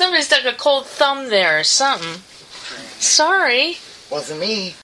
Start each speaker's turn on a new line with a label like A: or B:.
A: Somebody stuck a cold thumb there or something. Sorry.
B: Wasn't me.